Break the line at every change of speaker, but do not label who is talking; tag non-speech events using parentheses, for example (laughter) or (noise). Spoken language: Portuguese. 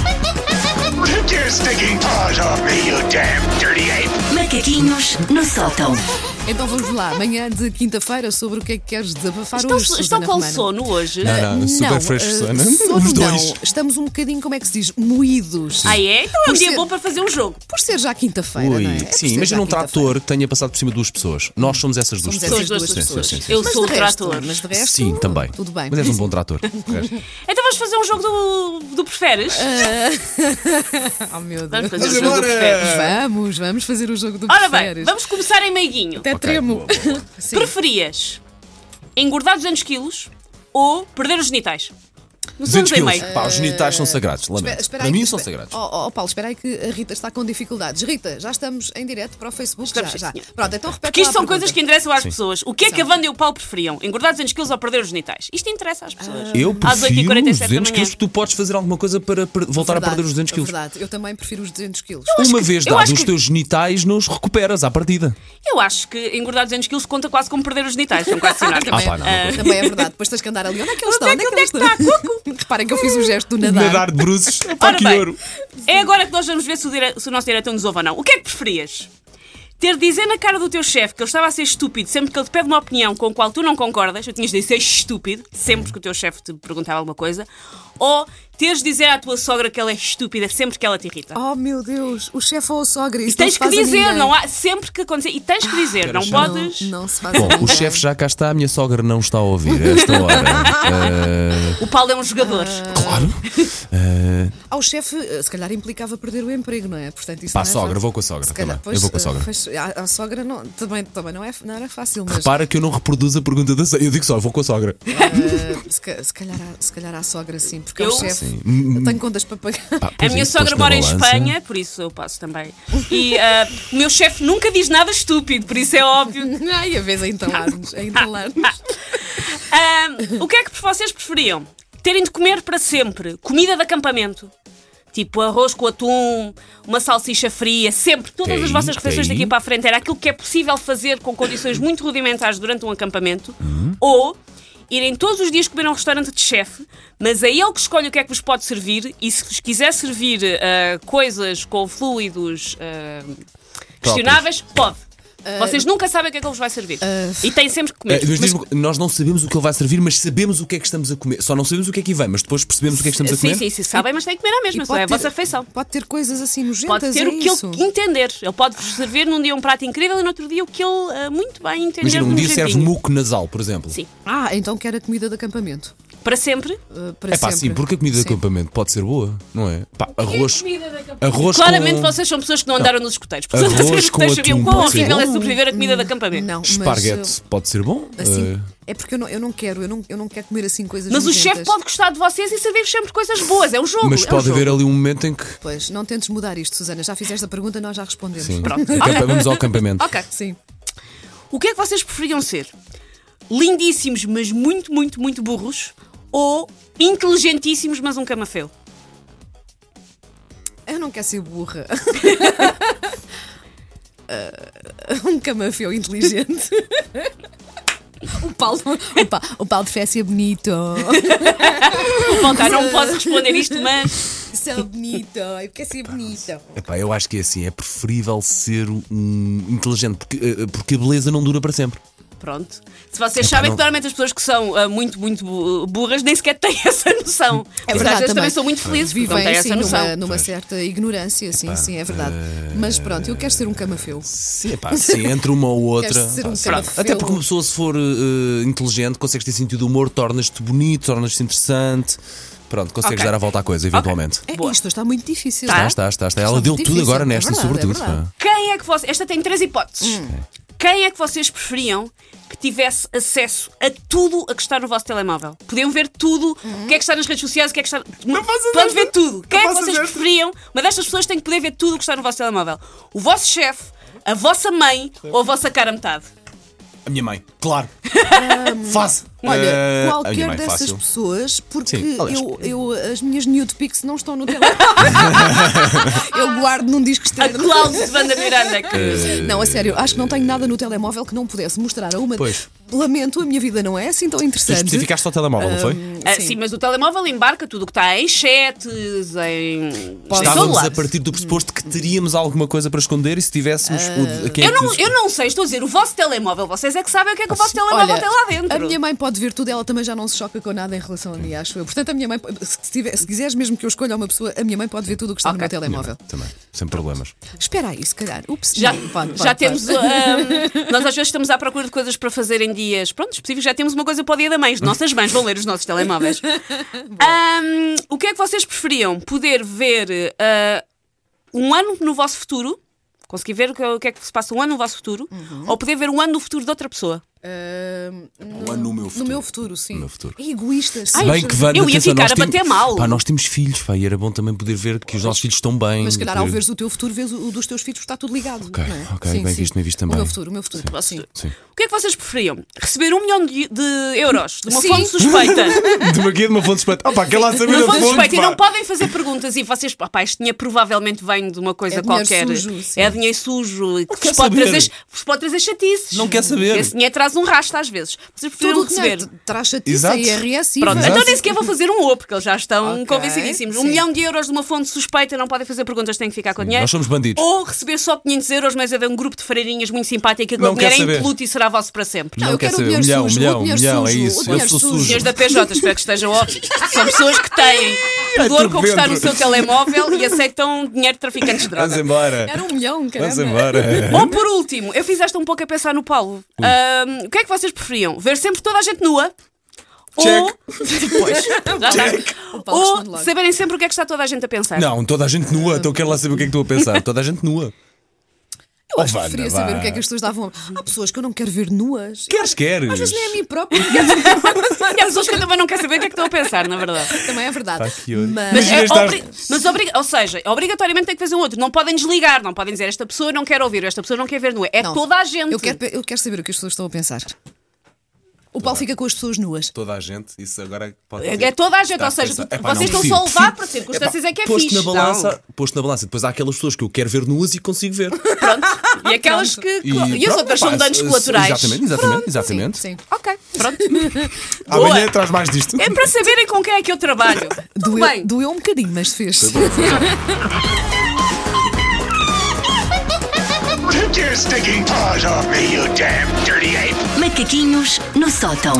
Take your stinking paws off me, you damn dirty ape!
Macaquinhos no sótão.
Então vamos lá, amanhã de quinta-feira, sobre o que é que queres desabafar
Estão,
hoje,
Então, estão
Susana
com
Romano?
sono hoje?
Ah,
Não, eh, não, super
não,
fresco
ah,
de sono.
sono
Os dois.
não. Estamos um bocadinho, como é que se diz, moídos.
Ah, é? Então é um
Por
dia
ser-
bom para fazer um jogo.
Por ser já quinta-feira,
Ui,
não é? É por
sim,
ser
imagina
já
um
quinta-feira.
trator que tenha passado por cima de duas pessoas. Nós somos essas duas
Somos
pessoas.
essas duas
Sim,
pessoas. é
Sim, sim, sim.
Eu
Mas
sou o
de resto,
trator.
Mas de resto,
Sim, também.
tudo bem.
Mas és um bom
(laughs)
trator. de resto.
Então vamos fazer um jogo do, do preferes?
(laughs) Oh, meu
Vamos
Deus.
fazer um jogo do preferes.
Vamos, vamos fazer o jogo do
Ora bem,
preferes.
vamos começar em meiguinho.
Até
Ok,
tremo.
boa, boa,
(laughs) Sim.
Preferias engordar 200 quilos ou perder os genitais? Não somos
200
em
quilos.
Eh,
meio.
Pá, os genitais são sagrados.
Espera-
Lamento.
espera
Para
aí
mim
que-
são
espera-
sagrados.
Oh, oh, Paulo, espera aí que a Rita está com dificuldades. Rita, já estamos em direto para o Facebook.
Estamos,
já, já.
sim, senhora.
Pronto, então repete
Porque isto
lá a
são coisas que
pergunta.
interessam às pessoas. O que é que a
São.
Wanda e o Paulo preferiam? Engordar 200 quilos ou perder os genitais? Isto interessa às pessoas.
Eu
Às 8
prefiro os
47 da
200
manhã. É
quilos que tu podes fazer alguma coisa para per- voltar a
Verdade, é
perder os 200 quilos.
Verdade, eu também prefiro os 200 quilos.
Uma vez
eu acho
dados os
que-
teus genitais, não os recuperas à partida.
Eu acho que engordar 200 quilos conta quase como perder os genitais. São quase sinónimos.
(laughs) Ah, pá, não, não
Também, também é verdade. Depois tens que andar ali. Onde é que eles estão?
Onde é que-
eles
onde é que
estão? (laughs) Reparem que eu fiz o gesto do nadar.
de bruços. Está
É (laughs) Ora bem, é agora que nós vamos ver se o, dire- se o nosso diretor nos ouve ou não. O que é que preferias? Ter de dizer na cara do teu chefe que ele estava a ser estúpido sempre que ele te pede uma opinião com a qual tu não concordas, eu tinhas de dizer estúpido sempre que o teu chefe te perguntava alguma coisa, ou teres de dizer à tua sogra que ela é estúpida sempre que ela te irrita.
Oh meu Deus, o chefe ou a sogra.
E
Isso
tens que
não se faz a
dizer,
ninguém.
não há, sempre que acontecer, e tens que dizer, não
já.
podes.
Não, não se faz a
Bom, o
ninguém.
chefe já cá está, a minha sogra não está a ouvir a esta hora.
(laughs)
Eh,
O Paulo é um jogador.
claro.
Ao chefe, eh, se calhar implicava perder o emprego, não é? Portanto, isso
Pá,
não é
sogra,
fácil.
vou com a sogra
Se
também.
calhar,
Eu
pois,
vou com a
eh,
sogra.
pois, a, a sogra não, também, também não, é, não era fácil, mas
Repara que eu não reproduzo a pergunta da sogra. Eu digo só, eu vou com a sogra.
eh, se, ca- se calhar, a- se calhar a sogra sim, porque
Eu-
ao chefe
Sim. Hum,
eu tenho contas para pagar.
Pá,
A
pois
minha
é,
sogra
posto na
mora em
balança.
Espanha, por isso eu passo também. E ah, o meu chefe nunca diz nada estúpido, por isso é óbvio
(laughs) Ai, a vez a entalar-nos, a entalar-nos.
Ahm, o que é que vocês preferiam? Terem de comer para sempre comida de acampamento? Tipo arroz com atum, uma salsicha fria, sempre. Todas
Ok,
as vossas refeições
ok.
daqui para a frente era aquilo que é possível fazer
(laughs)
com condições muito rudimentares durante um acampamento.
Uhum.
Ou irem todos os dias comer a um restaurante de chefe, mas é ele que escolhe o que é que vos pode servir e se vos quiser servir ah, coisas com fluidos ah, questionáveis, pode. Vocês nunca sabem o que é que ele vos vai servir. e têm sempre que
Eh,
comer.
mas diz-me uma co- nós não sabemos o que ele vai servir, mas sabemos o que é que estamos a comer. Só não sabemos o que é que vem, mas depois percebemos o que é que estamos a
Sim,
comer.
sim, sim, sabem, mas têm que comer à mesma,
E
só é
pode
a
ter-
vossa refeição.
Pode ter coisas assim nojentas,
Pode ter
é
o que
isso?
ele entender. Ele pode vos servir num dia um prato incrível e no outro dia o que ele ah, muito bem entender.
Imagina, um
num
dia serve
jeitinho.
muco nasal, por exemplo.
Sim.
Ah, então quer a comida de acampamento.
Para sempre.
eh, para
É pá,
sempre.
sim, porque a comida de
Sim.
acampamento pode ser boa, não é? Pá, arroz. Arroz
Claramente
com...
vocês são pessoas que não andaram nos escuteiros. Portanto,
Arroz
vocês nos
com
escuteiros sabiam
atum,
quão
pode ser.
horrível é sobreviver a comida de acampamento.
Não, mas,
Esparguete
eh,
pode ser bom.
assim,
eh,
é porque eu não, eu não quero, eu não, eu não quero comer assim coisas
Mas o
nojentas.
chefe pode gostar de vocês e servir-vos sempre coisas boas. É um jogo.
mas
é um
pode
jogo.
haver ali um momento em que.
Pois, não tentes mudar isto, Susana. Já fizeste a pergunta, nós já respondemos.
Sim,
Pronto.
acampa- vamos ao acampamento.
Ok.
Sim.
O que é que vocês preferiam ser? Lindíssimos, mas muito, muito, muito burros? Ou inteligentíssimos, mas um camafeu?
Eu não quero ser burra. (laughs) Ah, um camafeu
(laughs)
inteligente. O Paulo, o Pa- o Paulo prefere é ser bonito.
Bom, tá, não posso responder isto, mas. é
Sou bonito. Eu quero ser bonito.
Epá, eu acho que é assim, é preferível ser um inteligente, porque, eh, porque a beleza não dura para sempre.
Pronto. Se vocês sabem
não-
que normalmente as pessoas que são ah, muito, muito bu- burras nem sequer têm (laughs) essa noção.
É verdade
Mas às vezes
também.
também são muito felizes porque não
Vivem
têm
assim
essa noção.
numa, numa certa ignorância, sim, sim, é verdade.
eh,
Mas pronto, eu quero ser um camafeu.
Sim, epá, sim, entre uma ou outra.
Queres ser um
pá, sim.
camafeu?
Até porque uma pessoa, se for eh, inteligente, consegues ter sentido de humor, tornas-te bonito, tornas-te interessante. Pronto, consegues
Ok.
dar a volta à coisa, eventualmente. Tá,
É,
Boa.
isto está muito difícil.
Está, está, está, está. Ela
Está
deu
Ah, é muito
tudo agora
difícil,
nesta,
é verdade,
sobretudo.
é verdade.
pá.
Quem é que vocês. Esta tem três hipóteses. Quem é que vocês preferiam que tivesse acesso a tudo a que está no vosso telemóvel? Podiam ver tudo,
Uhum.
o que é que está nas redes sociais, o que é que está.
faças
Podem
esta.
ver tudo. Quem é que
faças
vocês
esta.
preferiam? Uma destas pessoas tem que poder ver tudo o que está no vosso telemóvel. O vosso chefe, a vossa mãe ou a vossa cara a metade?
A minha mãe,
(laughs)
claro. Fácil. Eh,
Hum, Olha,
a minha
qualquer
mãe,
dessas
fácil.
pessoas, porque
Sim, aliás.
eu, eu-
eh,
as minhas nude pics não estão no
(laughs)
telemóvel. eu guardo num disco
A
externo. (laughs)
Cláudia de Wanda Miranda. que-
Eh, Não, a sério, acho que não tenho nada no telemóvel que não pudesse mostrar a uma
Pois.
lamento, a minha vida não é assim tão
Tu
interessante.
especificaste só o telemóvel, não foi?
hum,
Ah, sim. mas o telemóvel embarca tudo o que está em chetes, em.
Pode-
em
Estávamos
celulares.
a partir do pressuposto que teríamos alguma coisa para esconder e se tivéssemos. o-
Eh,
quem é
Eu
que
não,
os-
eu não sei, estou a dizer, o vosso telemóvel, vocês é que sabem o que é que o vosso telemóvel tem lá dentro.
A minha mãe pode ver tudo, ela também já não se choca com nada em relação a mim, acho eu. Portanto, a minha mãe, se, tiver, se quiseres mesmo que eu escolha uma pessoa, a minha mãe pode ver tudo o que está no meu telemóvel.
Também, sem problemas.
Espera aí, se calhar. Ups,
Já,
não, pode,
já
pode,
temos. um,
pode.
ahm, nós às vezes estamos à procura de coisas para fazer em dias. Pronto, específicos, já temos uma coisa para o dia da mãe. As nossas mães vão ler os nossos telemóveis.
(laughs)
Ahm, o que é que vocês preferiam? Poder ver ah, um ano no vosso futuro? Conseguir ver o que, o que é que se passa um ano no vosso futuro?
Uhum.
Ou poder ver um ano no futuro de outra pessoa?
Ahm,
Ou é no meu futuro?
No meu futuro, sim.
No meu futuro.
É egoísta, sim.
Ai,
Bem que Wanda,
eu ia
atenção,
ficar
nós
a bater
temos-
mal.
Pá, nós temos filhos, pá, e era bom também poder ver que os nossos filhos estão bem.
Mas se calhar ao
poder-
veres o teu futuro, vês o o dos teus filhos, porque está tudo ligado.
Ok,
não é?
ok, bem visto, bem visto também.
O meu futuro, o meu futuro. assim, Sim.
Sim.
O que é que vocês preferiam? Receber um milhão de, de euros de uma
Sim.
fonte
(laughs)
suspeita?
(laughs) De uma guia de uma fonte suspeita. Ah, pá, quer lá saber
Não
a
vão
fonte.
suspeitar,
pá.
não podem fazer perguntas e vocês, pá, pá, isto dinheiro provavelmente vem de uma coisa
É dinheiro
qualquer.
sujo, sim.
é dinheiro sujo e que
quer
vos pode,
saber.
trazer, vos pode trazer chatices.
Não quer saber.
Esse dinheiro traz um rastro às vezes. Vocês preferiram
Tudo o que
receber.
dinheiro traz chatice,
Exato.
a IRS e
Pronto,
IVA.
então nem sequer vou fazer um O, porque eles já estão
Ok,
convencidíssimos. Um
sim.
milhão de euros de uma fonte suspeita, não podem fazer perguntas, têm que ficar com o dinheiro.
nós somos
Oh,
bandidos.
Ou receber só 500 euros, mas é de um grupo de freirinhas muito simpática que
Não
o dinheiro
quer
é
saber.
impoluto e será vosso para sempre.
Não,
Não
eu
quer
quero
saber.
o dinheiro
Milhão,
sujo,
milhão,
o dinheiro
milhão,
sujo,
é
o
isso. Eu
dinheiro
sou
sujo.
sujo.
Senhores da PJ, espero que estejam óbvios. São pessoas que têm pudor
tudo
com o que está no
dentro.
seu telemóvel e aceitam dinheiro de traficantes de
Vamos
droga.
embora.
Era um milhão,
Vamos
caramba.
embora.
Ou por último, eu fiz esta um pouco a pensar no Paulo. Ahm, o que é que vocês preferiam? Ver sempre toda a gente nua? Ou.
Check. (laughs)
Depois.
O Paulo responde
Ou
logo.
saberem sempre o que é que está toda a gente a pensar.
Não, toda a gente nua, então quero lá saber o que é que estou a pensar. Toda a gente nua.
Eu acho que
Oh, Wanda,
preferia saber
vá.
o que é que as pessoas davam. Há pessoas que eu não quero ver nuas.
Queres, queres.
Às vezes nem é a mim própria. quer dizer,
E há pessoas que também não querem saber o que é que estão a pensar, na verdade.
Também é verdade.
Pá, que ódio.
Mas,
Mas
é,
Imagina
obri- mas obriga- ou seja, obrigatoriamente tem que fazer um outro. Não podem desligar, não podem dizer esta pessoa não quer ouvir, esta pessoa não quer ver nua. É
Não.
toda a gente.
eu quero, eu quero saber o que as pessoas estão a pensar. O Paulo fica com as pessoas nuas.
Toda a gente, isso agora pode
É
ser.
é toda a gente,
Está
ou seja,
pensar.
tu-
Epá, não,
vocês estão
prefiro,
só a levar para
prefiro.
circunstâncias é que é
posto
fixe.
Na
não.
balança, posto na balança, depois há aquelas pessoas que eu quero ver nuas e consigo
(laughs)
ver.
Pronto. E aquelas que. E, as
pronto,
outras
pá,
são danos
se- se-
colaterais.
Exatamente, exatamente, exatamente.
Sim, sim.
Ok, pronto.
Amanhã
Boa.
traz mais disto.
É para saberem com quem é que eu trabalho. Tudo
Doeu,
bem.
doeu um bocadinho, mas fez.
Take your stinking paws off me, you damn dirty ape!
Macaquinhos no sótão.